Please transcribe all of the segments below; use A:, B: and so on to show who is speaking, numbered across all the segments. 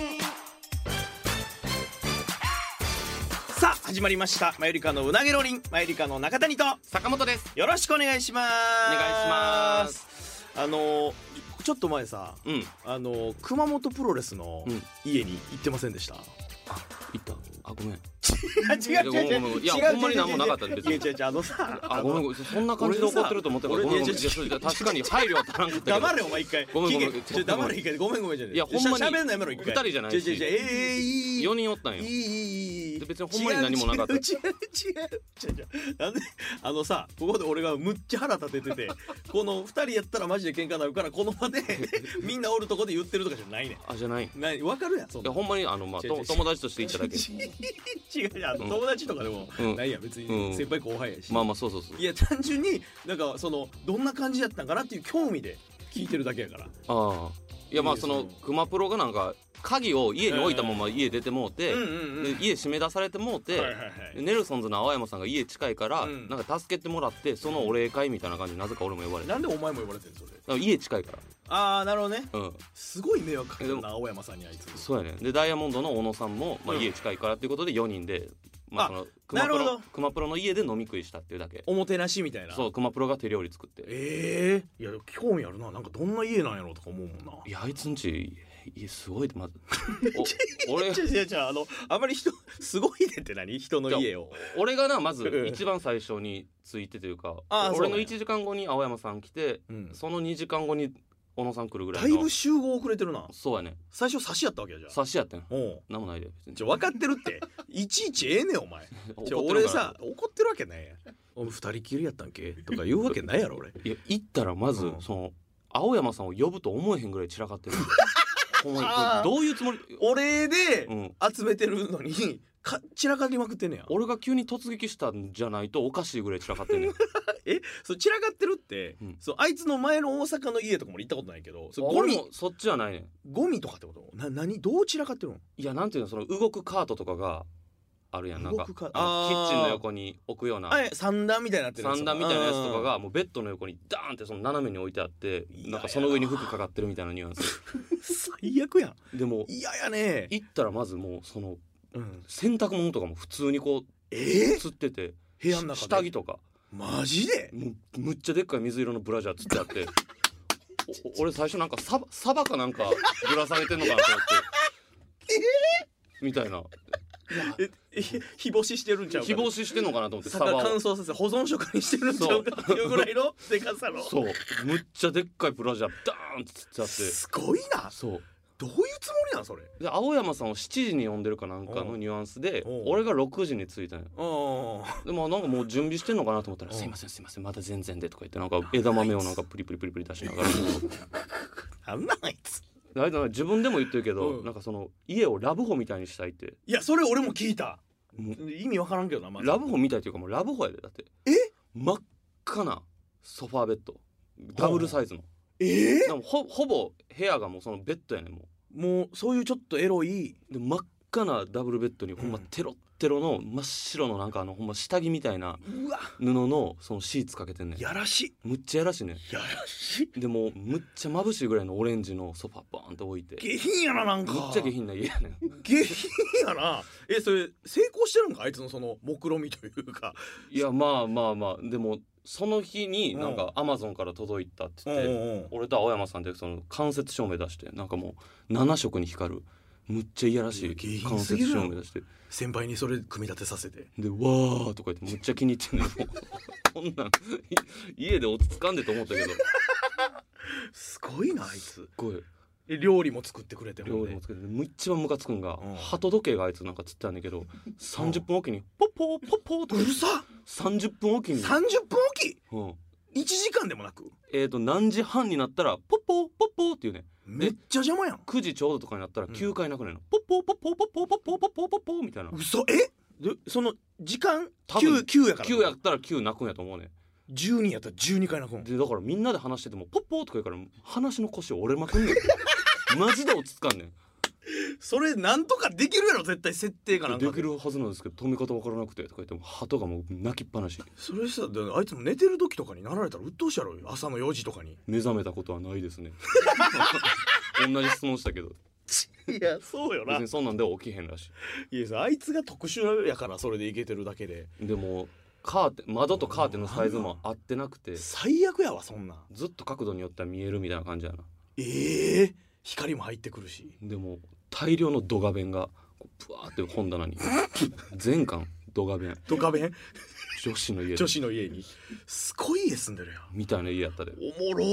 A: ん
B: さあ始まりましたマユリカのうなげろりんマユリカの中谷と
A: 坂本です
B: よろしくお願いします
A: お願いします
B: あのーちょっと前さ
A: うん行
B: あのー熊本プロレスの
A: うん
B: 家に行ってませんでした、
A: ったあごめ ん
B: 違う違う違う違う違う違う違う
A: いやほんまになんもなかったんで別に
B: 違う違う違うあのさ
A: あごめんごめんそんな感じで
B: 俺さ
A: 怒ってると思ったから
B: 俺
A: ごめんごめん
B: いや
A: いやそういや確かに配慮は足らんかったけど
B: 黙れお前一回
A: ごめんごめん
B: 聞けちょ黙れ一回ごめんごめんじゃない
A: いやほんまに
B: しゃべんのやめろ一回
A: 二人じゃないし
B: 違う違う違うええいい
A: 4人おったん
B: いい
A: よ
B: いいいい
A: で別にほんまに何もなか
B: 違
A: った
B: う違う違う違う違う違うなんであのさここで俺がむっちゃ腹立ててて この2人やったらマジで喧嘩なるからこの場で みんなおるとこで言ってるとかじゃないね
A: あじゃないい
B: んない分かるやんそんな
A: やほんまにあのま
B: 違
A: あ
B: う違
A: と
B: う
A: 友達として行っただけ
B: 違う違うあの友達とかでも
A: うん
B: ないやん別
A: う
B: に
A: ん
B: 先輩後輩やし、
A: まあまあそうそうそう
B: いや単純になんかそのどんな感じやったんかなっていう興味で聞いてるだけやから
A: ああいやまあそ
B: いい
A: の
B: ですね
A: 熊プロがなんか鍵を家に置いたまま家出てもうて、
B: うんうんうん
A: で家閉め出されてもうて、
B: はいはいはい
A: でネルソンズの青山さんが家近いから、
B: うん
A: なんか助けてもらってそのお礼会みたいな感じでなぜか俺も呼ばれて
B: なんでお前も呼ばれてるそれ
A: なんか家近いか
B: ああなるほどね
A: らうん
B: すごい迷惑かける
A: えで
B: な青山さんにあいつ
A: そうやねでダイヤモンドの小野さんも、まあ、
B: うん
A: 家近いからっていうことで4人で、まあ、
B: あ
A: その熊プ
B: なる
A: ロ
B: ほど
A: 熊プロの家で飲み食いしたっていうだけ
B: おもてなしみたいな
A: そう熊プロが手料理作って
B: ええいや興味あるななんかどんな家なんやろうとか思うもんない
A: やあいつんち家すごい まずお俺
B: 違う違う違うあのあまり人すごいねって何人の家を
A: 俺がなまず
B: うん
A: 一番最初についてというか
B: ああそう
A: 俺
B: な
A: の
B: んや
A: 1時間後に青山さん来て、
B: うん
A: その2時間後に小野さん来るぐら
B: だ
A: い
B: い
A: の
B: ぶ集合遅れてるな
A: そうやね
B: 最初差しやったわけやじゃあ
A: 差しやってん
B: おう
A: なんもないで別に
B: じゃ分かってるって いちいちええねんお前
A: 怒
B: じゃ
A: ってるから
B: 俺さ怒ってるわけないやんお前二人きりやったんけとか言うわけないやろ俺
A: いや行ったらまず、
B: うん
A: その青山さんを呼ぶと思えへんぐらい散ら かってるほんまに
B: あー
A: どういうつもり、
B: お礼で
A: うん、
B: 集めてるのにか散らかりまくってんねや
A: 俺が急に突撃したんじゃないとおかしいぐらい散らか ってんねん
B: えそう散らかってるって、
A: うん
B: そうあいつの前の大阪の家とかも行ったことないけどそうゴ
A: 俺
B: ミ
A: もそっちはないねん
B: ゴミとかってことな何どう散らかってるの
A: いやなんていうのその動くカートとかがあるやんなんか
B: 動くカート
A: あのキ
B: あー
A: ッチンの横に置くような
B: あれ三段みたいになってるやつ
A: 三段みたいなやつとかがもうベッドの横にダーンってその斜めに置いてあって
B: いや
A: なんかその上に服かかってるみたいなニュアンス
B: うん最悪やん
A: でも
B: 嫌やね、
A: 行ったらまずもうその
B: うん、
A: 洗濯物とかも普通にこう
B: えー
A: つってて
B: 部屋の中で
A: 下着とか
B: マジで
A: もうむっちゃでっかい水色のブラジャーつってあってお俺最初なんかサバサバかなんかぶら下げてんのかなと 思ってみたいな
B: ええ日干ししてるんちゃうか
A: 日干ししてんのかなと思ってサ
B: 魚
A: バ
B: 乾
A: を
B: 燥させて保存食にしてるんちゃうかっていうぐらいの でかさの
A: そうむっちゃでっかいブラジャーダーンってつってあって
B: すごいな
A: そう
B: どういうつもりなんそれ
A: で青山さんを7時に呼んでるかなんかのニュアンスで
B: おう
A: 俺が6時に着いたんよ
B: あ
A: でもなんかもう準備してんのかなと思ったら「
B: うん
A: すいませんすいませんまだ全然で」とか言ってなんか枝豆をなんかプリプリプリプリ出しながら
B: あなんなんあいつ
A: であれだな自分でも言ってるけど、
B: うん
A: なんかその家をラブホみたいにしたいって
B: いやそれ俺も聞いた
A: も
B: 意味わからんけどな、ま
A: う
B: ず
A: ラブホみたいというかもうラブホやでだって
B: え
A: 真っ赤なソファーベッドダブルサイズの
B: ええ
A: でもほほぼ部屋がもうそのベッドやねんも
B: もうそういうちょっとエロい、
A: うで真っ赤なダブルベッドにほんま
B: うん
A: テロッテロの真っ白のなんかあのほんま下着みたいな
B: うわ
A: 布のそのシーツかけてんねん
B: やらし
A: むっちゃやらしいねん
B: いやらしい
A: でもうむっちゃ眩しいぐらいのオレンジのソファバーンと置いて
B: 下品やななん
A: む
B: か
A: っちゃ下品な家やねん
B: 下品やなえそれ成功してるんかあいつのその目論見みというか
A: いやまあまあまあでもその日になんかアマゾンから届いたって言って、
B: うんうんうん
A: 俺と青山さんでその間接照明出してなんかもう7色に光るむっちゃいやらし
B: 下
A: い
B: 品
A: 関
B: すぎ
A: 節
B: るやろ
A: 照明出して
B: 先輩にそれ組み立てさせて
A: で「わー」とか言ってむっちゃ気に入ってんのよ こんなんい家で落ち着かんでと思ったけどす
B: すごいなあいつ
A: ごい
B: え料理も作ってくれてほん
A: 料
B: で
A: 理もつけてでむ一番ムカつくんが、
B: うん
A: 鳩時計があいつなんかつってたんだけど30分おきにポッポーポッポーと
B: うるさ
A: 30分おきに、
B: 30分おき
A: うん、
B: 1時間でもなく
A: えー、と何時半になったらポッポーポッポーっていうね
B: めっちゃ邪魔やん
A: 9時ちょうどとかになったら
B: うん
A: 9回なくなるの、ポッポーポッポーポッポーポッポーポッポーポッポーみたいな
B: 嘘えでその時間
A: 多分
B: 9九やから
A: 9やったら9泣くんやと思うね
B: 12やったら12回なくん
A: でだからみんなで話しててもポッポーとか言うから話の腰折れまくんねん マジで落ち着かんねん
B: それなんとかできるやろ絶対設定かなんか
A: できるはずなんですけど止め方わからなくてとか言っても鳩がもう泣きっぱなし
B: それしたらあいつも寝てる時とかになられたら鬱陶しいやろ朝の4時とかに
A: 目覚めたことはな いですね同じ質問したけど
B: いやそうよ
A: 別にそんなんでは起きへんらし
B: いやさあいつが特殊やからそれでいけてるだけで
A: いでもカーテン窓とカーテンのサイズも合ってなくて
B: 最悪やわそんなん
A: ずっと角度によっては見えるみたいな感じやな
B: ええ光も入ってくるし
A: でも大量のドガ弁がこうブワーって本棚に全巻ドガ弁
B: ドカ ベン
A: 女子の家で
B: 女子の家にすごい家住んでるやん
A: みたいな家やったで
B: おもろ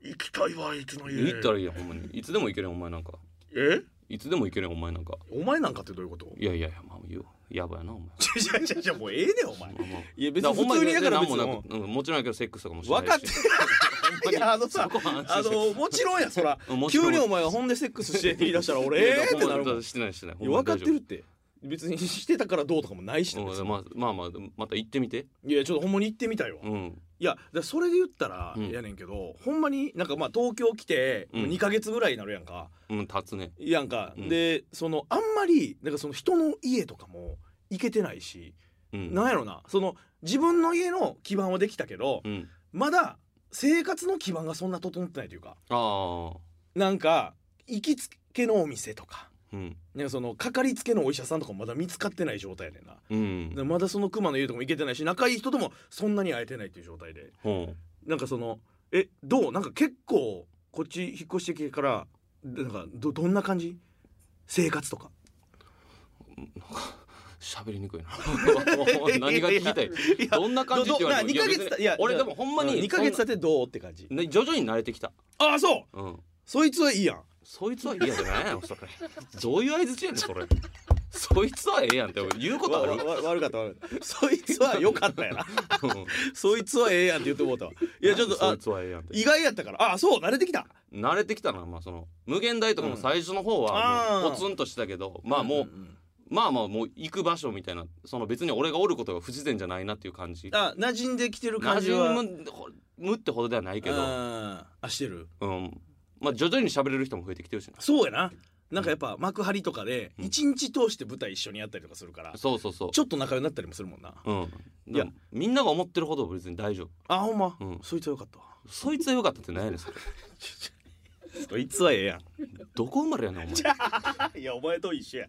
B: 行きたいわあいつの家
A: 行ったらいいやんほんまにいつでも行けるやんお前なんか
B: え
A: いつでも行けるやんお前なんか
B: お前なんかってどういうこと
A: いやいやいやまあ言うやばやなお前
B: じゃじゃじゃもうええねんお前
A: まあまあ
B: いや
A: 別
B: 別
A: に
B: に普通にだから別
A: も
B: に
A: な
B: も
A: く、うん、もちろんやけどセックスとかもしないし
B: 分かっていやあの さ
A: そこは安
B: あ
A: 心して
B: のもちろんやそら
A: うん もちろん
B: 急にお前はほんでセックスしてって言い出したら俺
A: いや
B: ええってなるも
A: ほん
B: ん
A: ましてないしてない
B: いや分かってるって別に してたからどうとかもないし
A: ほ
B: なん
A: ま
B: 別
A: 大
B: に
A: 丈夫うんまあまあまあまた行ってみて
B: いやちょっとほんまに行ってみたいわ
A: うん
B: いやだからそれで言ったら
A: うん
B: やねんけどほんまになんかまあ東京来て
A: うん
B: 2ヶ月ぐらいになるやんか
A: うん立つね
B: やんか
A: うん
B: でそのあんまりなんかその人の家とかも行けてないし
A: うん
B: なんやろなその自分の家の基盤はできたけど
A: うん
B: まだ生活の基盤がそんな整ってないというか
A: ああ
B: なんか行きつけのお店とか
A: うん
B: なんかそのかかりつけのお医者さんとかもまだ見つかってない状態やねんな
A: うん
B: でまだその熊の家とかも行けてないし仲いい人ともそんなに会えてないっていう状態で
A: うん
B: なんかそのえどうなんか結構こっち引っ越してきてからでなんかどどんな感じ生活とか
A: 喋りにくいな 何が聞きたい
B: いや
A: どんな感じって言わ
B: どどない
A: れても
B: 二
A: や
B: ヶ月
A: 別
B: た
A: に
B: いや
A: 俺でもほんまに
B: 2ヶ月経ってどうって感じ
A: そんな徐々に慣れてきた
B: ああそう
A: うん
B: そいつはいいやん
A: そいつは嫌じゃないよそれどういう相づちやねんそれそいつはええやんって言うことある
B: わわ悪かった悪かった そいつは良かったやな
A: うん
B: そいつはええやんって言ってもうたわいやちょっと
A: そ
B: あ
A: いつはええやんって
B: 意外やったからああそう慣れてきた
A: 慣れてきたなまあその無限大とかも最初の方は
B: うん
A: もうポツンとしてたけど、まあもう、
B: んんん
A: まあまあもう行く場所みたいなその別に俺がおることが不自然じゃないなっていう感じ
B: あ馴染んできてる感
A: 馴
B: じは
A: 染むほむってほどではないけ
B: うん
A: ど、
B: あしてる
A: うん、まあ徐々に喋れる人も増えてきてるしな
B: そうやななんかやっぱ幕張とかで
A: うん
B: 一日通して舞台一緒にやったりとかするから、
A: そうそうそう
B: ちょっと仲良くなったりもするもんな
A: うん
B: いや
A: でもみんなが思ってるほど別に大丈夫
B: あほんま、
A: うん
B: そいつはよかったわ
A: そいつは良かったって何やねんそれ
B: そいつはええや
A: どこ生まれやねんお 前
B: んいやお前と一緒や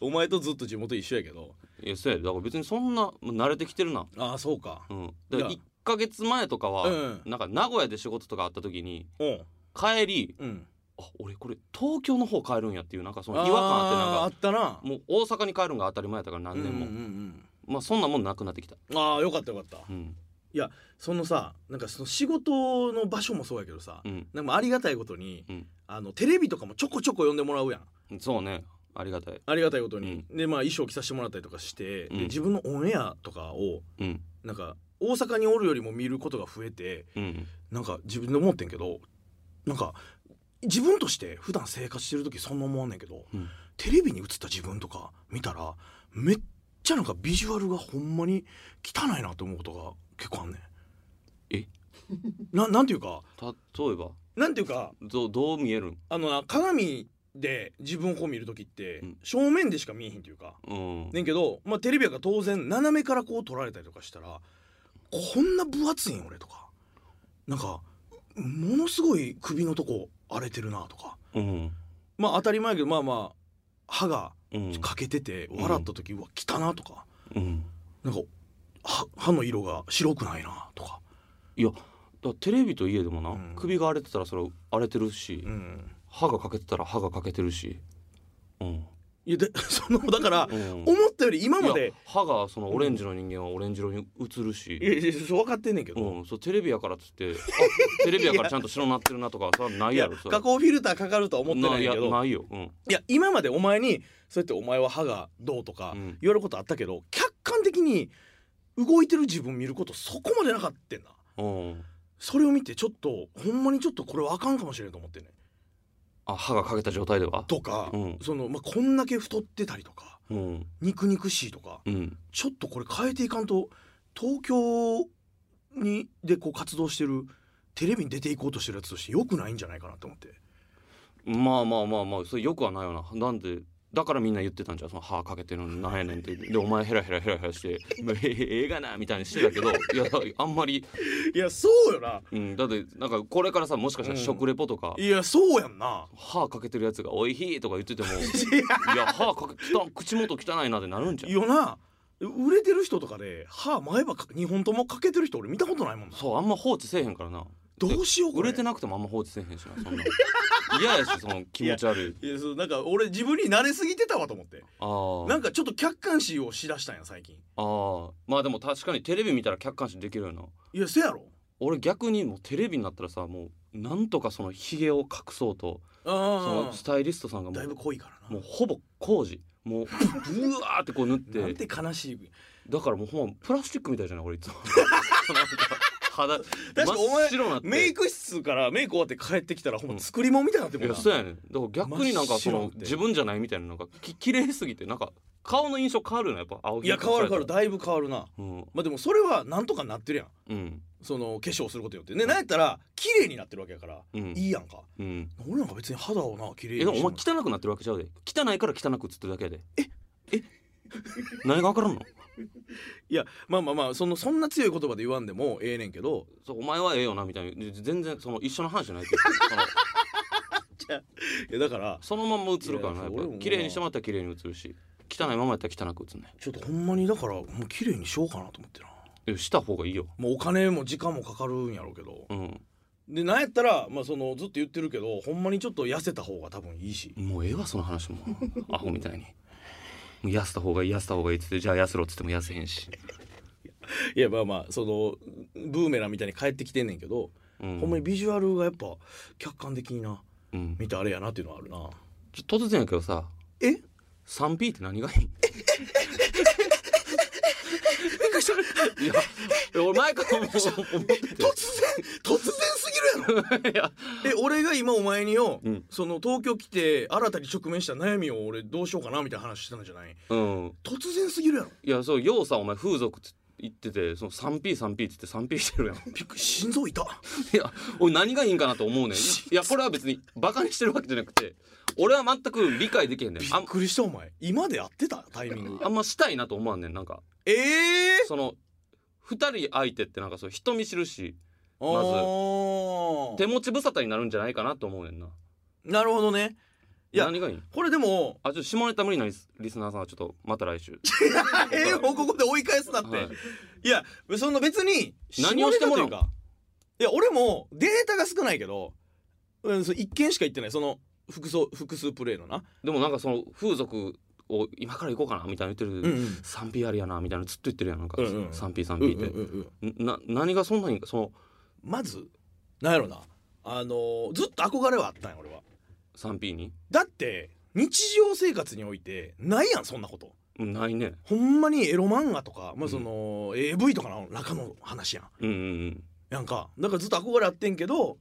B: お前とずっと地元一緒やけど
A: いやそうやでだから別にそんなもう慣れてきてるな
B: ああそうか
A: うんだから
B: いや
A: 1ヶ月前とかは、
B: うん
A: なんか名古屋で仕事とかあった時に
B: うん
A: 帰り
B: うん
A: あ俺これ東京の方帰るんやっていうなんかその違和感あってなん
B: あーあ
A: か
B: ったな
A: もう大阪に帰るんが当たり前やったから何年も、
B: うんうん
A: まあそんなもんなくなってきた、
B: うん、ああよかったよかった
A: うん
B: そのさなんかその仕事の場所もそうやけどさ、
A: うん
B: なんかありがたいことに、
A: うん
B: あのテレビとかもちょこちょこ呼んでもらうやん
A: そうねありがたい、
B: ありがたいことに、でまあ衣装着させてもらったりとかして、
A: うん
B: で自分のオンエアとかを
A: うん、
B: なんか大阪におるよりも見ることが増えて
A: うん
B: なんか自分で思ってんけどなんか自分として普段生活してる時そんな思わんねんけど、
A: うん
B: テレビに映った自分とか見たらめっちゃなんかビジュアルがほんまに汚いなって思うことが結構あんねん。
A: え
B: ななんていうか
A: 例えば
B: なんていうか
A: どどう見えるん
B: あのな鏡で自分をこう見る時って、
A: うん
B: 正面でしか見えへんっていうか。
A: うん、
B: ねんけど、まあ、テレビやから当然斜めからこう撮られたりとかしたらこんな分厚いん俺とかなんかものすごい首のとこ荒れてるなとか
A: うん
B: まあ当たり前やけどまあまあ歯が
A: うん
B: 欠けてて笑った時、うわ来たなとか
A: うん
B: なんか歯歯の色が白くないなとか、
A: いやだからテレビと家でもな、
B: うん
A: 首が荒れてたらそれ荒れてるし、
B: うん、
A: 歯が欠けてたら歯が欠けてるし、うん
B: いやで そのだから
A: うん
B: 思ったより今ま
A: い
B: で
A: や歯がそのオレンジの人間はオレンジ色に映るし
B: いやいやそう分かってんねんけど、
A: うん、そうテレビやからっ つってあテレビやからちゃんと白なってるなとかはさない
B: い
A: や
B: や
A: ろそれ
B: 加工フィルターかかるとは思ってないんやけ
A: や
B: ど
A: ないよ、うん、
B: いや今までお前にそうやってお前は歯がどうとか
A: うん
B: 言われることあったけど、客観的に動いてる自分見ることそこまでなかったんな
A: うん、
B: それを見てちょっとほんまにちょっとこれはあかんかもしれんと思ってね
A: あ歯がかけた状態では
B: とか、
A: うん
B: そのまあ、こんだけ太ってたりとか
A: うん
B: 肉肉しいとか
A: うん
B: ちょっとこれ変えていかんと東京にでこう活動してるテレビに出ていこうとしてるやつとしてよくないんじゃないかなと思って
A: まあまあまあまあそれよくはないよななんでだからみんな言ってたんじゃんその歯かけてるのになんやねんってでお前ヘラヘラヘラヘラして 「まあええええがな」みたいにしてたけどいやあんまり、
B: いやそうよな
A: うん、だってなんかこれからさもしかしたら食レポとか、
B: いやそうやんな
A: 歯かけてるやつが「おいひ」とか言 ってても「いや歯かけ汚口元汚いな」ってなるんじゃん
B: よな売れてる人とかで歯前歯2本ともかけてる人俺見たことないもんな
A: そうあんま放置せえへんからな
B: どうしようこ
A: 売
B: れ
A: れてなくてもあんま放置せえへんしな そんな嫌やしその気持ち悪い
B: いやそうなんか俺自分に慣れすぎてたわと思って
A: あー
B: なんかちょっと客観視をしだしたんや最近
A: あーまあでも確かにテレビ見たら客観視できるよない
B: やせやろ
A: 俺逆にもうテレビになったらさもうなんとかそのひげを隠そうとそ
B: あ
A: のスタイリストさんがも
B: だいうぶ濃いからな
A: もうほぼ工事もうブワーってこう塗っ
B: なん
A: て
B: て悲しい
A: だからもうほんまプラスチックみたいじゃない俺 いつもなんか肌
B: 確かお前
A: 真っ白なって
B: メイク室からメイク終わって帰ってきたらほんま作り物みたいになって
A: い
B: も
A: や
B: な
A: そうやねんだから逆にな
B: 真
A: んか
B: っ
A: そ
B: 白
A: の
B: って
A: 自分じゃないみたいななんかき綺麗すぎてなんか顔の印象変わるよなやっぱ青
B: いや変わる変わる
A: だ
B: だいぶ変わるな
A: うん
B: まあでもそれはなんとかなってるやん
A: うん
B: その化粧することによってねなんやったら綺麗になってるわけやから
A: うん
B: いいやんか
A: うん
B: 俺なんか別に肌をな綺麗
A: え
B: に
A: でもお前
B: して
A: 汚くなってるわけちゃうで汚いから汚くっつってるだけやでええ何が分からんの
B: いやまあまあまあそのそんな強い言葉で言わんでもええねんけど
A: そうお前はええよなみたいに全然その一緒の話じゃないけどその
B: いやだから
A: そのまんま映るからなやっ
B: いや俺も
A: ぱ
B: まあ
A: 綺麗にしてもらったら綺麗に映るし汚いままやったら汚く映んない
B: ちょっとほんまにだからもう綺麗にしようかなと思ってな
A: えした方がいいよ
B: もうお金も時間もかかるんやろうけど
A: うん
B: でなんやったらまあそのずっと言ってるけどほんまにちょっと痩せた方が多分いいし
A: もうええわその話もアホみたいに。もう痩せた方がいい痩せた方がいいっつってじゃあ痩せろっつっても痩せへんし、
B: いやまあまあそのブーメランみたいに帰ってきてんねんけど、
A: うん
B: ほんまにビジュアルがやっぱ客観的にな
A: うん、
B: 見てあれやなっていうのはあるな
A: ちょ突然やけどさ
B: え
A: 3P って何がいいいやいや俺前からもう思ってて
B: 突然突然すぎるやろ
A: いや
B: え俺が今お前によ、
A: うん
B: その東京来て新たに直面した悩みを俺どうしようかなみたいな話してたんじゃない
A: うん
B: 突然すぎるやろ
A: いやそうようさお前風俗って言っててその 3P3P って言って 3P してるやんい
B: びっくり心臓痛
A: や俺何がいいんかなと思うねんいやこれは別にバカにしてるわけじゃなくて俺は全く理解できへんねん
B: び
A: あ
B: っ
A: ん
B: くりしたお前今で合ってたタイミング
A: あんましたいなと思わんねんなんか
B: ええ
A: その2人相手ってなんかそう人見知るし
B: ー、
A: まず
B: あー
A: 手持ち無沙汰になるんじゃないかなと思うねんな
B: なるほどねいや
A: 何がいいん
B: これでも
A: あちょっと下ネタ無理なリスリスナーさんはちょっとまた来週
B: ええもうここで追い返すなって、
A: はい
B: い、やそんな別に
A: 何をしてもらう
B: 下ネタというかいや俺もデータが少ないけど、うん、そう一件しか言ってないその複数複数プレイのな、
A: でもなんかその風俗を今から行こうかなみたいな言ってる、
B: ん
A: 3P ありやなみたいなずっと言ってるやんなんか、
B: うんうんうん
A: 3P3P って、んな何がそんなにその
B: まずなんやろなあのーずっと憧れはあったんや俺は
A: 3P に
B: だって日常生活においてないやんそんなこと
A: うんないね
B: ほんまにエロ漫画とか、まあ、その、AV とかの中の話やん
A: うんうん
B: やんかだからずっと憧れあってんけど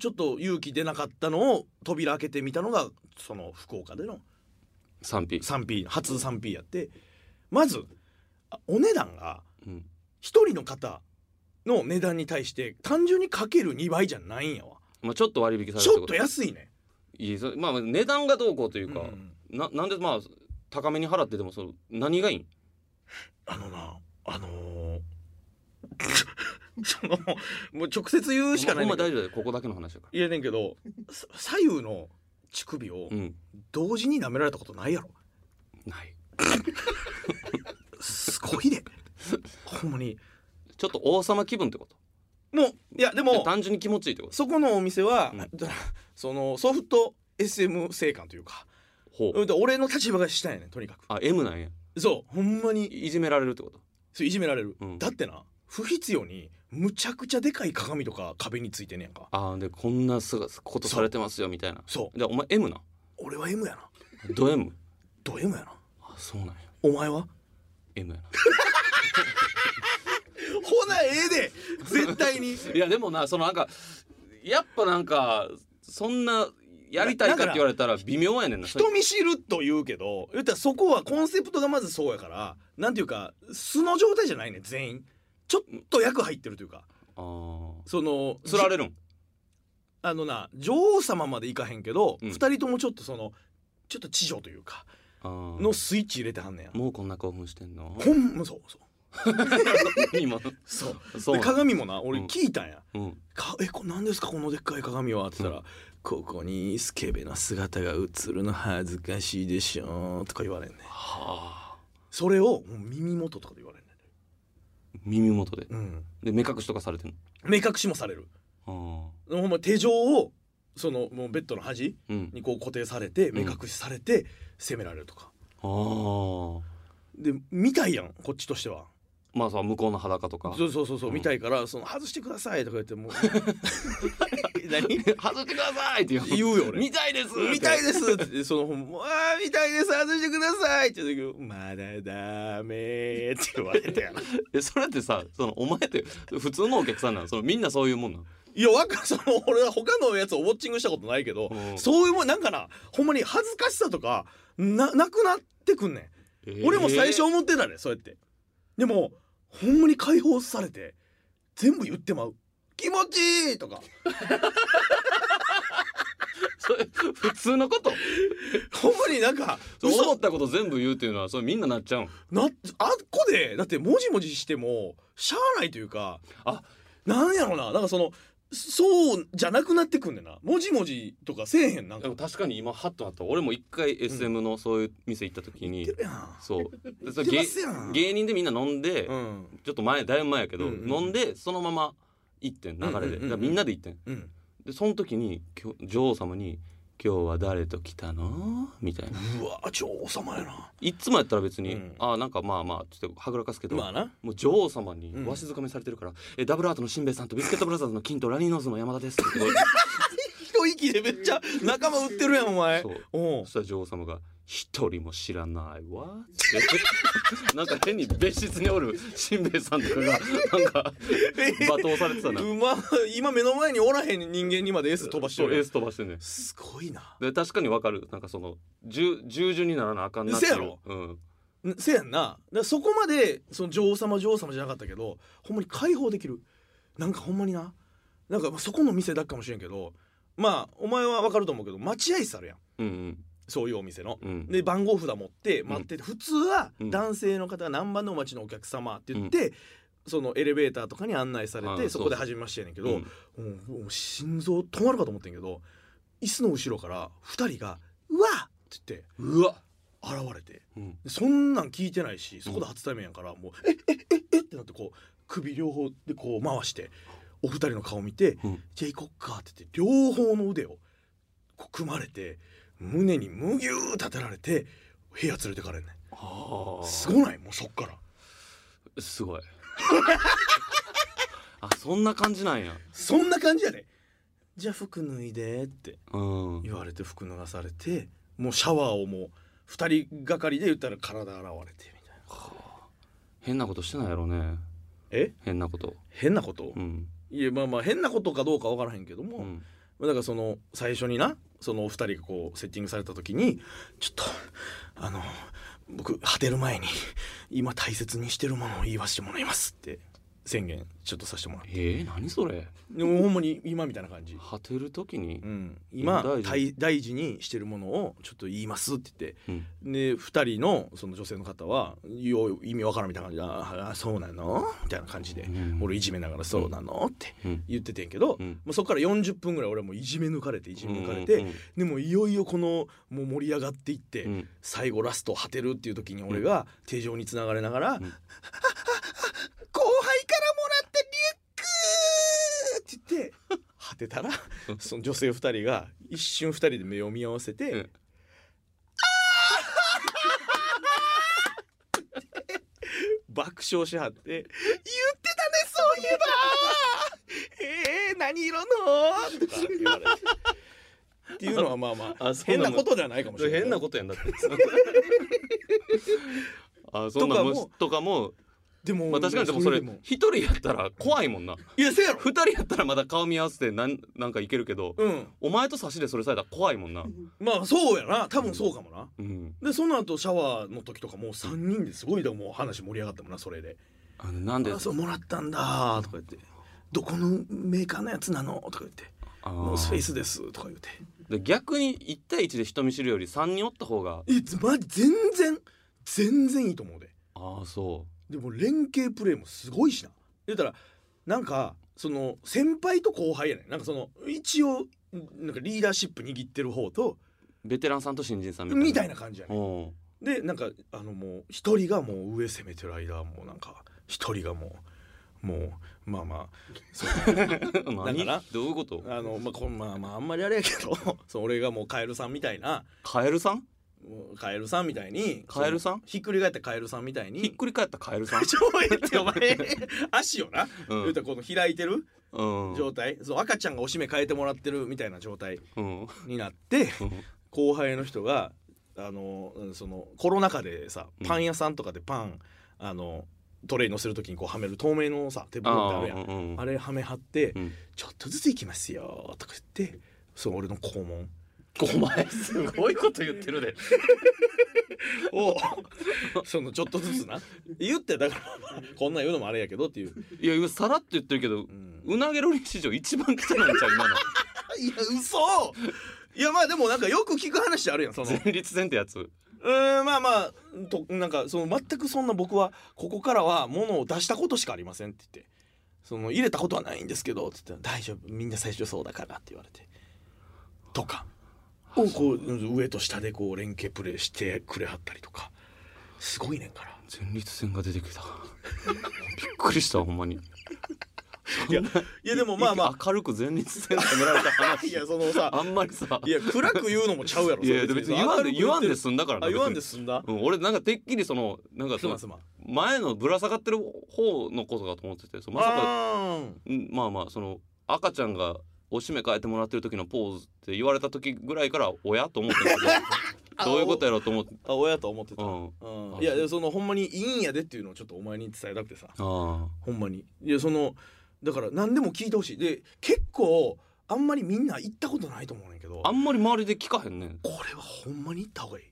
B: ちょっと勇気出なかったのを扉開けてみたのがその福岡での
A: 3P
B: 3P 初 3P やってまずあお値段が
A: うん
B: 一人の方の値段に対して単純にかける2倍じゃないんやわ
A: まあちょっと割引される
B: ちょっ
A: こと
B: 安いね
A: いいそまあ値段がどうこうというか、
B: うん
A: ななんでまあ高めに払ってでもその何がいいん
B: あのなあのー そのもう直接言うしかない
A: ほ
B: ね
A: ん
B: ん
A: ま
B: けど
A: 大丈夫だよここだけの話だか
B: 言えねんけどさ左右の乳首を
A: らうん
B: 同時に舐められたことないやろ
A: ない
B: すご いねほんまに
A: ちょっと王様気分ってこと
B: もういやで
A: で
B: も
A: 単純に気持ちいいってこと
B: そこのお店は、
A: うん
B: そのソフト SM 性感というか
A: ほう
B: うんと俺の立場がしたいねんとにか
A: あ M なんや
B: くそうほんまに
A: いじめられるってこと
B: そういじめられる、
A: うん
B: だってな不必要にむちゃくちゃでかい鏡とか壁についてんねやんか
A: あーでこんなすがことされてますよみたいな
B: そう
A: でお前 M な
B: 俺は M やな
A: ド M
B: ド M やな
A: あそうなんや
B: お前は
A: M やな
B: ほなええで絶対に
A: いやでもなそのなんかやっぱなんかそんなやりたいかって言われたら微妙やねんなそれ
B: 人見知ると言うけど言ったらそこはコンセプトがまずそうやからなんていうか素の状態じゃないね全員ちょっと役入ってるというか
A: あー
B: その
A: 釣られるん
B: あのな女王様までいかへんけど、
A: うん
B: 二人ともちょっとそのちょっと知女というか
A: あー
B: のスイッチ入れてはんねや、
A: もうこんな興奮してんの
B: ほんまそうそう
A: 今
B: そう
A: そう
B: で
A: なん
B: 鏡もな俺
A: うん
B: 聞いたんや、
A: うん
B: かえこ何ですかこのでっかい鏡は」って言ったら、
A: うん
B: ここにスケベな姿が映るの恥ずかしいでしょ」とか言われんね
A: はあ
B: それをもう耳元とかで言われんね
A: 耳元で
B: うん
A: で目隠しとかされてん
B: 目隠しもされる
A: の
B: ほんま手錠をそのもうベッドの端
A: あーうん
B: にこう固定されて
A: ん
B: 目隠しされて責められるとか
A: あー
B: で見たいやんこっちとしては
A: まあさ向こうの裸とか
B: そうそうそうそう
A: うん
B: 見たいから「その外してください」とか言 ってもう何
A: 外してくださいって言う
B: 言うよ俺
A: 見たいです
B: 見たいですってその本もああ見たいです外してくださいって言うけどまだダメって言われたや な
A: えそれってさそのお前って普通のお客さんなのそのみんなそういうもんなの
B: いやわかその俺は他のやつをウォッチングしたことないけど、
A: うん
B: そういうもんなんかなほんまに恥ずかしさとかななくなってくんねん俺も最初
A: えー
B: 思ってたねそうやってでもほんまに解放されて全部言ってまう気持ちいいとか
A: それ普通のこと
B: ほんまになんか
A: そう思
B: 嘘
A: ったこと全部言うっていうのはそれみんななっちゃうん
B: なあっこでだってもじもじしてもしゃあないというか
A: あ
B: なんやろななんかそのそうじゃなくなってくんねんなもじもじとかせえへんなん
A: で
B: か
A: も確かに今ハッとなった俺も一回 SM のそういう店行った時に、
B: やん
A: そうで
B: 言
A: そ
B: っ
A: れ
B: てま
A: 芸
B: すやん
A: 芸人でみんな飲んで、
B: うん
A: ちょっと前だいぶ前やけど、
B: うんうん
A: 飲んでそのまま行ってん流れで、
B: うんうんうんうん
A: だからみんなで行ってん
B: うん
A: でその時にきょ女王様に「今日は誰と来たの?」みたいな
B: うわ女王様やない
A: っつもやったら別に
B: う
A: 「
B: ん
A: ああなんかまあまあ」ちょっとはぐらかすけど、
B: まあな
A: もう女王様に
B: うん
A: わしづかみされてるから、えダブルアートのしんべヱさんとビスケットブラザーズの金とラニーノーズの山田です」って言って
B: 一息でめっちゃ仲間売ってるやんお前
A: そう
B: おう
A: そしたら女王様が「一人も知らないわ」 ってなんか変に別室におるしんべヱさんとかがなんか罵倒されてたな
B: うま今目の前におらへん人間にまでエース飛ばして
A: そう
B: る
A: エ
B: や
A: ー
B: ん
A: ス飛ばしてんねん
B: すごいな
A: で確かにわかるなんかその従従順にならなあかんなってい
B: せ
A: う
B: やろ
A: うん、
B: んせやんなだからそこまでその女王様女王様じゃなかったけどほんまに解放できるなんかほんまにななんかまあそこの店だけかもしれんけどまあお前はわかると思うけど待合室あるやん
A: うんうん
B: そういうお店の。
A: うん
B: で番号札持って待ってて、普通は
A: うん
B: 男性の方が何番のお待ちのお客様って言って、そのエレベーターとかに案内され
A: ああ
B: てそこで
A: そうそう
B: 始めましてやねんけ
A: う
B: ど、
A: ん
B: もうもう心臓止まるかと思ってんけど椅子の後ろから2人が「うわっ!」って
A: うわ
B: 言って現れて
A: うん
B: でそんなん聞いてないしそこで初対面やからもう「ええええってなってこう首両方でこう回してお二人の顔見て
A: うん
B: 「じゃあ行こっか」って言って両方の腕をこう組まれて胸にむぎゅー立てられて部屋連れてかれんねん
A: ああ
B: すごないもうそっから
A: すごい あそんな感じなんや
B: そんな感じやで「じゃあ服脱いで」って
A: うん
B: 言われて服脱がされてもうシャワーをもう二人がかりで言ったら体洗われてみたいな
A: 変なことしてないやろね
B: え
A: 変なこと
B: 変なこと、
A: うん
B: いやまあまあ変なことかどうかわからへんけども、
A: うん
B: まあだからその最初になそのお二人がこうセッティングされた時にちょっとあの僕果てる前に今大切にしてるものを言わせてもらいますって宣言ちょっとさせてもらって
A: えー、何それ
B: でもほんまに今みたいな感じ、
A: 果てる時に
B: う、ん、今
A: 大事
B: 大大事にしてるものをちょっと言いますって言って
A: うん
B: で2人のその女性の方はよう意味わからんみたいな感じであ「あそうなの?」みたいな感じで、
A: うん
B: 俺いじめながら「そうなの?」って
A: うん
B: 言っててんけど、
A: うん
B: もうそっから40分ぐらい俺はもういじめ抜かれていじめ抜かれて、でもいよいよこのもう盛り上がっていって、
A: うんうん
B: 最後ラスト果てるっていう時に俺が手錠につながれながら「
A: ん
B: 後輩からもらったリュック!」って言って果てたらその女性2人が一瞬2人で目を見合わせて「
A: うん
B: あ笑しはって「言ってたねそういえばええー、何色の?」とか言われて。っていうのはまあまあ
A: あそん
B: 変
A: なもん
B: なことではないかもしれない
A: 変なことやんだって あそん
B: と
A: な
B: か
A: も
B: も
A: んとかも
B: でも、
A: まあ確かにでもそれ
B: でも
A: 一人やったら怖いもんない
B: やせやろ
A: 二人やったらまだ顔見合わせてなんなんかいけるけど、
B: うん
A: お前と差しでそれされたら怖いもんな
B: まあそうやな多分そうかもな
A: うん
B: でその後シャワーの時とかもう3人ですごいでもう話盛り上がったもんなそれで
A: あのな
B: 「
A: んで
B: あそうもらったんだ」とか言って「どこのメーカーのやつなの?」とか言って「
A: あー
B: ノースフェイスです」とか言って
A: で逆に1対1で人見知るより3人おった方が
B: えマジ全然全然いいと思うで
A: ああそ
B: でも連携プレーもすごいしな言うたらなんかその先輩と後輩やねんなんかその一応なんかリーダーシップ握ってる方と
A: うベテランさんと新人さんみ
B: み
A: た
B: た
A: い
B: い
A: な
B: な感じやねん
A: お
B: でなんかあのもう一人がもう上攻めてる間はもうなんか一人がもうもうまあまあそう
A: な
B: だから
A: どういうこと
B: あの、まあ、こんまあまああんまりあれやけど そう俺がもうカエルさんみたいな
A: カエルさん
B: もうカエルさんみたいに
A: カエルさん
B: そのひっくり返ってカエルさんみたい
A: ひっ
B: に
A: くり返ったカエルさん
B: ちょええってお前足をな、
A: うん
B: 言うたらこの開いてる
A: うん
B: 状態、そう赤ちゃんがおしめ変えてもらってるみたいな状態
A: うん
B: になって
A: うん
B: 後輩の人があのうんそのコロナ禍でさ
A: うん
B: パン屋さんとかでパンあのトレイに乗せる時にこうはめる透明のさ手袋ってあるや
A: あー
B: んあ,、
A: うんうん
B: れはめはって、
A: うん
B: ちょっとずつ行きますよ」とか言ってそう俺の肛門
A: お前すごいこと言って るで
B: をそのちょっとずつな言ってだからこんなん言うのもあれやけどっていう、
A: いや今さらっと言ってるけ
B: う
A: ど
B: ん、
A: うなげロリン史上一番汚いんちゃう 今の
B: いや嘘いやまあでもなんかよく聞く話あるやんその
A: 前立腺ってやつ
B: うーんまあまあとなんかその全くそんな僕はここからは物を出したことしかありませんって言ってその入れたことはないんですけどって言ったら「大丈夫みんな最初そうだから」って言われてとかをこううん上と下でこう連携プレーしてくれはったりとかすごいねんから
A: 前立腺が出てき たびっくりしたほんまに
B: いやいやでもまあま
A: 明るく前立腺止められた
B: あ い
A: 話
B: やそのさ
A: あんまりさ
B: いや暗く言うのもちゃうやろ
A: いやいや別に言わんで言わんで済んだから
B: あ言わんで
A: 別
B: 済んだ
A: にうん、俺なんかてっきりそのなんか
B: す
A: そ
B: ま
A: の
B: んすまん
A: 前のぶら下がってる方のことかと思っててそうまさか
B: あー
A: うんまあまあその赤ちゃんがおしめ変えてもらってる時のポーズって言われた時ぐらいから親と思ってたけどどういうことやろうと思って
B: あ親と思ってた、
A: うん
B: うんいやいやそのほんまにいいんやでっていうのをちょっとお前に伝えたくてさ
A: あ
B: ほんまにいやそのだから何でも聞いてほしいで結構あんまりみんな行ったことないと思うねんけど
A: ああんまり周りで聞かへんねん
B: これはほんまに行った方がいい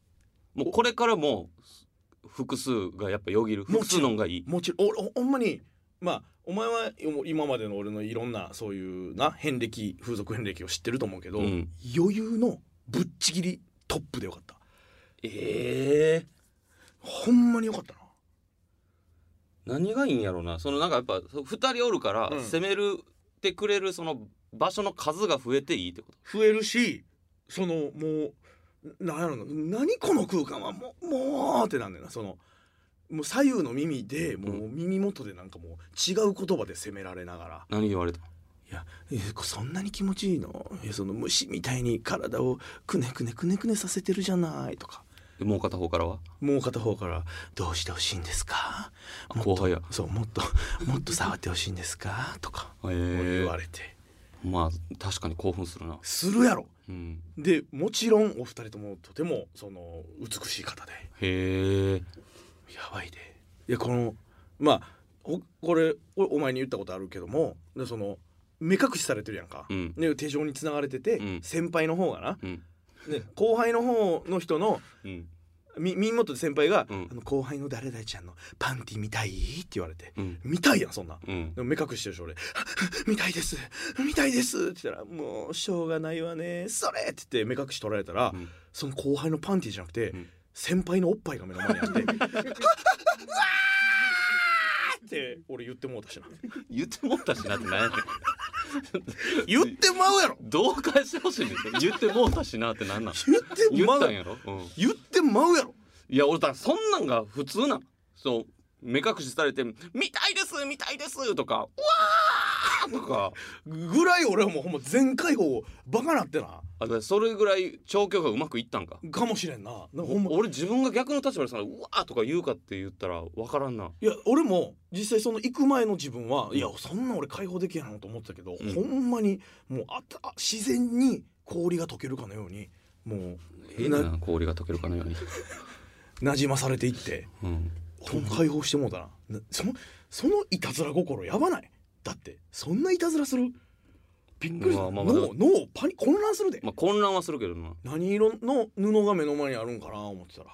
A: もうこれからも複数がやっぱよぎる
B: もちろん
A: 複数のんがいい
B: もちろん俺ほんまにまあお前は今までの俺のいろんなそういうな遍歴風俗遍歴を知ってると思うけど、
A: うん
B: 余裕のぶっちぎりトップでよかった
A: ええ
B: ほんまによかったな
A: 何がいいんやろうなそのなんかやっぱそう二人おるから
B: うん
A: 攻めるってくれるその場所の数が増えていいってこと
B: 増えるしそのもうななんやろな何この空間はもうもうってなんねんなそのもう左右の耳でもうう耳元でなんかもう違う言葉で責められながら
A: 何言われた
B: 「いやえそんなに気持ちいいのいやその虫みたいに体をくねくねくねくねさせてるじゃない」とか
A: でもう片方からは
B: もう片方から「どうしてほしいんですか?」
A: あ
B: もっと
A: 後輩や
B: そうもっともっと触ってほしいんですか?」と か
A: ええ
B: 言われて、
A: まあ確かに興奮するな
B: するやろ
A: うん
B: でもちろんお二人ともとてもその美しい方で
A: へえ
B: やばいでいやこのまあおこれおお前に言ったことあるけどもでその目隠しされてるやんか、
A: うん
B: で手錠につながれてて、
A: うん
B: 先輩の方がな、
A: うん
B: で後輩の方の人の
A: うん
B: み耳元で先輩が、
A: うん
B: あの後輩の誰々ちゃんのパンティ見たいって言われて、
A: うん
B: 見たいやんそんなん
A: うん
B: でも目隠してるし俺 「見たいです見たいです」って言ったら「もうしょうがないわねそれ!」って言って目隠し取られたら、
A: うん
B: その後輩のパンティじゃなくて、
A: うん
B: 先輩のおっぱいが目の前にあ って「うわーって俺言ってもうたしな
A: 言ってもったしなってなんやねん
B: 言ってまうやろ
A: どう返してほしいねんです言ってもうたしなってなんなん
B: 言って
A: 言
B: ま
A: っ
B: う
A: たん
B: やろ
A: やろ、うん
B: 言ってまうやろ
A: いや俺だからそんなんが普通なんそう目隠しされて「見たいです見たいです」とか「う
B: と
A: わ
B: かぐらい俺はもうほんま全開放バカなってな
A: あだからそれぐらい調教がうまくいったんか
B: かもしれんななんかほんま
A: 俺自分が逆の立場でさ「うわ!」とか言うかって言ったら分からんない
B: や俺も実際その行く前の自分は、いやそんな俺解放できへんのと思ってたけど、
A: うん
B: ほんまにもうあたあ自然に氷が溶けるかのようにもう
A: 変な氷が溶けるかのように、
B: なじまされていって
A: うん、
B: ほんま解放してもうたななそのそのいたずら心やばないだってそんないたずらするびっくりした
A: まあ
B: 脳
A: まあまあ
B: 脳パニ混乱するで、
A: まあ混乱はするけどな
B: 何色の布が目の前にあるんかな思ってたら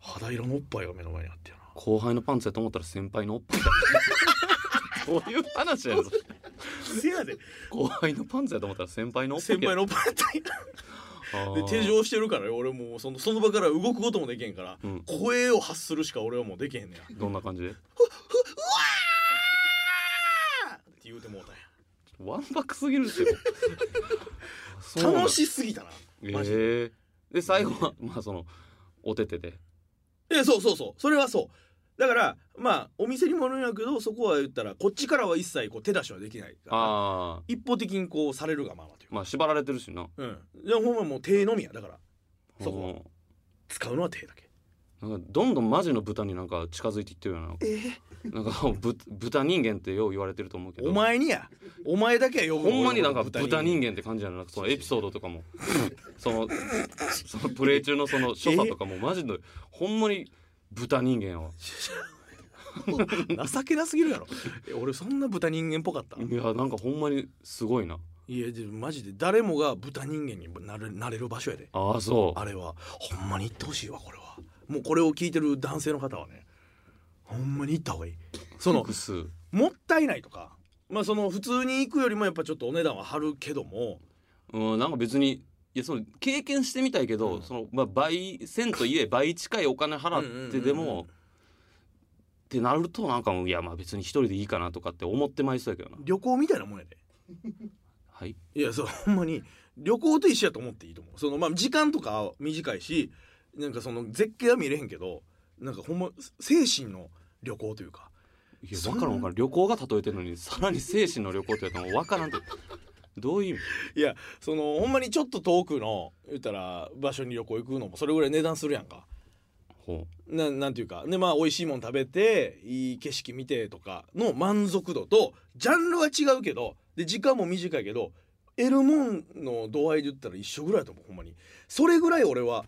B: 肌色のおっぱいが目の前にあってやな
A: 後輩のパンツやと思ったら先輩のおっ ぱいだどういう話やねん
B: せやで
A: 後輩のパンツやと思ったら先輩のおっぱい
B: 先輩のおっぱいやったんや
A: あ
B: で
A: ー
B: 手錠してるからよ俺もうそのその場から動くこともできへんから、
A: うん
B: 声を発するしか俺はもうできへんねや
A: どんな感じで
B: って言うてもうたんや
A: わんぱくすぎるでしょそうなん
B: 楽しすぎたな
A: え
B: マジで、
A: ーで最後は まあそのおててで
B: えそうそうそうそれはそうだからまあお店にもよるんやけどそこは言ったらこっちからは一切こう手出しはできないから
A: ああ
B: 一方的にこうされるがままというか
A: まあ縛られてるしな
B: うんでほんまもう手のみやだからそこは
A: うん
B: 使うのは手だけ
A: なんかどんどんマジの豚になんか近づいていってるよな。なんかぶ豚人間ってよう言われてると思うけど。
B: お前にやお前だけは呼ぶ
A: ほ
B: の
A: んまになんか豚人
B: 間
A: 間って感じやななんかそのエピソードとかも そのそのプレイ中のその所作とかもマジのほんまに豚人間やわ
B: 情けなすぎるやろえ俺そんな豚人間っぽかった
A: いやなんかほんまにすごいない
B: やでもマジで誰もが豚人間になれなれる場所やで
A: ああそ
B: あれはほんまに行ってほしいわこれはもうこれを聞いてる男性の方はねほんまに行った方がいいそうの
A: 複数
B: もったいないとかまあその普通に行くよりもやっぱちょっとお値段は張るけども
A: うんなんか別にいやその経験してみたいけど、
B: うん
A: そのまあ倍1000 といえ倍近いお金払ってでも、
B: うんうんうんうん
A: ってなるとなんかもういやまあ別に一人でいいかなとかって思ってまいそうやけどな
B: 旅行みたいなもんやで
A: はい
B: いやそうほんまに旅行と一緒やと思っていいと思うそのまあ時間とかは短いしなんかその絶景は見れへんけどなんかほんま精神の旅行というか
A: いや
B: そん
A: 分からん分からん旅行が例えてるのにさらに精神の旅行って言われたら分からんってどういう意味
B: いやそのほんまにちょっと遠くの言ったら場所に旅行行くのもそれぐらい値段するやんか
A: ほ
B: ななんていうかでまあ美味しいもん食べていい景色見てとかの満足度とジャンルは違うけどで時間も短いけど得るもんの度合いで言ったら一緒ぐらいだと思うほんまにそれぐらい俺は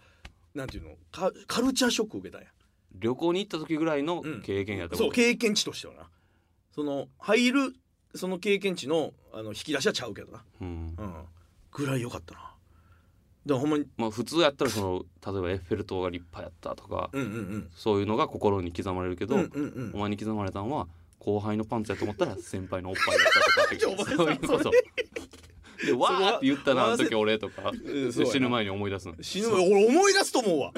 B: なんていうのカカルチャーショック受けたんや
A: う旅行に行った時ぐらいの
B: うん
A: 経験やった
B: そう経験値としてはなその入るその経験値のあの引き出しはちゃうけどな
A: うん
B: うんぐらい良かったなだからほんまに
A: まあ普通やったらその例えばエッフェル塔が立派やったとか
B: うんうんうん
A: そういうのが心に刻まれるけど、
B: うんうんうん
A: お前に刻まれたのは後輩のパンツやと思っ たら先輩のおっぱいだったとかそういうことでわーって言ったなあの時俺とか
B: うんそうやな
A: 死ぬ前に思い出すの
B: 死ぬ俺思い出すと思 うわ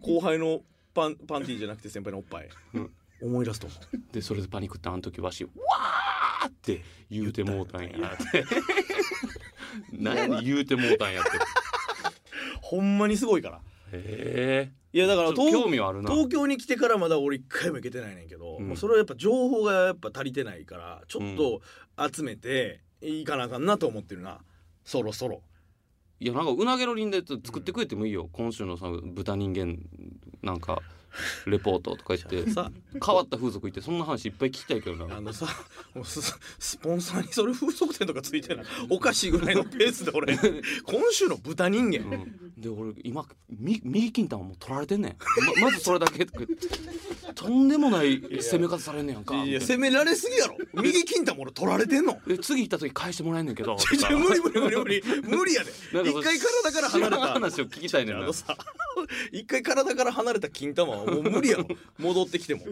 B: 後輩のパンパンティーじゃなくて先輩のおっぱい、
A: うん
B: 思い出すと思う
A: でそれでパニックってあの時わしわーって言うてもうたんやって 何やねん言うてもうたん やって
B: ほんまにすごいから
A: へえ
B: いやだから
A: ちょっと興
B: 東
A: 味はあるな
B: 東京に来てからまだ俺一回も行けてないねんけど、
A: うん
B: もうそれはやっぱ情報がやっぱ足りてないからちょっと集めていかなあかんなと思ってるなそろそろ
A: いやなんかうなげのりんで作ってくれてもいいよ、今週のさ豚人間なんかレポートとか言って
B: さ
A: 変わった風俗行ってそんな話いっぱい聞きたいけどな
B: あの さもうススポンサーにそれ風俗店とかついてないおかしいぐらいのペースで 俺今週の豚人間、
A: うんで俺今み右金玉もう取られてんねんまま ずそれだけとか言ってとんでもない攻め方されんねやんか
B: い
A: み
B: や
A: たい
B: 攻められすぎ やろ右金太も俺取られてんの
A: なで次行った時返してもらえんねんけ ど
B: ちょちょ無理無理無理無理無理やで
A: なん
B: 一
A: かその
B: 回体から離れ
A: 知らん
B: た
A: 話を聞きたいねん
B: あ
A: な
B: のさ 一回体から離れた金玉はもう 無理やろ戻ってきても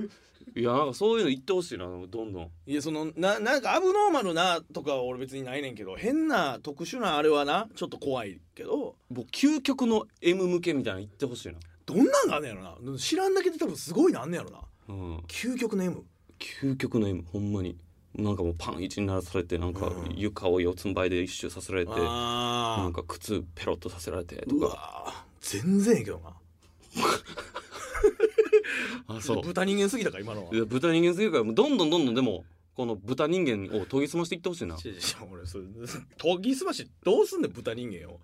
A: いやなんかそういうの言ってほしいなどんどん
B: いやそのななんかアブノーマルなとかは俺別にないねんけど変な特殊なあれはなちょっと怖いけど
A: もう究極の M 向けみたいなの言ってほしいな
B: どんなんがあんねやろな知らんだけで多分すごいなんねやろな
A: うん
B: 究極の M
A: 究極の M ほんまになんかもうパン一にならされてなんか
B: うん
A: 床を四つん這いで一周させられてな
B: あ
A: んか靴ペロッとさせられて
B: ー
A: と
B: う
A: か
B: わー全然ええけどな
A: あそう
B: 豚人間すぎたか今のはい
A: や豚人間すぎるからもうどんどんどんどんでもこの豚人間を研ぎ澄ましていってほしいな。
B: ちょちょ俺それ研ぎ澄ましどうすんねん豚人間を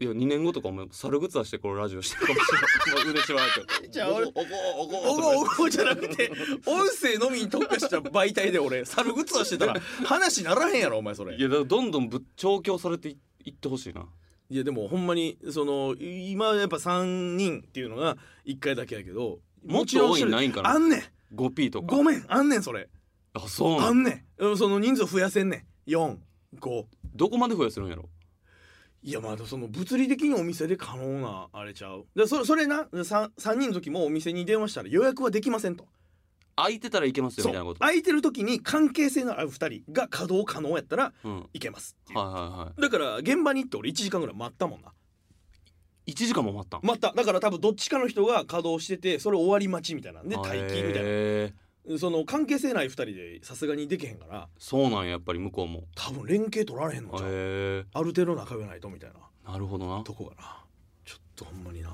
A: いや2年後とかお前猿靴足してこのラジオしてるかもしれない。もう腕しばらく。
B: じゃあ俺
A: おごおご
B: お
A: おご
B: ごおごじゃなく て音声のみに特化した媒体で俺猿グッズをしてたら話ならへんやろお前それ
A: いやだからどんどんぶ調教されていいってほしいな。
B: いやでもほんまにそのい今やっぱ3人っていうのが1回だけやけど
A: もっと多いんないんか
B: あ
A: な。
B: んねん
A: 5P とか
B: ご。めんあんねんそれ
A: あそうな
B: あ
A: ん。
B: んねんうんその人数増やせんねん45
A: どこまで増やせるんやろ。
B: いやまあその物理的にお店で可能なあれちゃうでそそれな 3, 三人の時もお店に電話したら予約はできませんと
A: 空いてたらいけますよ
B: そ
A: みたいな
B: う
A: こと。
B: 空いてる時に関係性のある2人が稼働可能やったら
A: うん。はい
B: けますって
A: い
B: いう、
A: は
B: だから現場に行って俺1時間ぐらい待ったもんない
A: はい。1時間も待ったん。
B: 待っただから多分どっちかの人が稼働しててそれ終わり待ちみたいなんで待機みたいな
A: へー
B: その関係性ない2人でさすがにできへんから
A: そうなんややっぱり向こうも。
B: 多分連携取られへんのじゃん
A: へえ
B: ある程度仲良くないとみたいな
A: なるほどな
B: とこがなちょっとほんまにな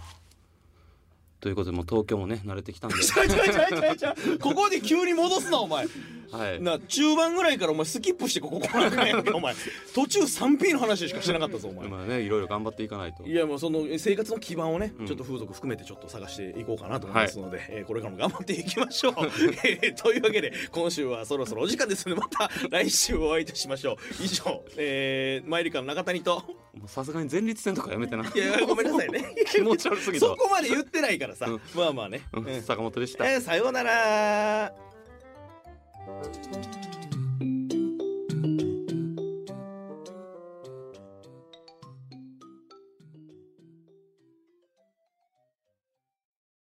A: ということでもう東京もね慣れてきたんで
B: ちゃうちゃうちゃうちゃうちゃう ここで急に戻すなお前
A: はい
B: な中盤ぐらいからお前スキップしてここ来なくないやんけお前途中 3P の話しかしてなかったぞお前
A: まあねいろいろ頑張っていかないと
B: いやもうその生活の基盤をね、
A: うん
B: ちょっと風俗含めてちょっと探していこうかなと思いますので、えーこれからも頑張っていきましょ う、えーというわけで今週はそろそろお時間ですのでまた来週お会いいたしましょう以上、えー、マイリカの中谷 と
A: もうさすがに前立腺とかやめてな
B: いやごめんなさいね
A: 気持ち悪すぎた
B: そこまで言ってないからさ、
A: うん
B: まあまあね、
A: う
B: うん
A: ん
B: え
A: 坂本でした
B: ーさようなら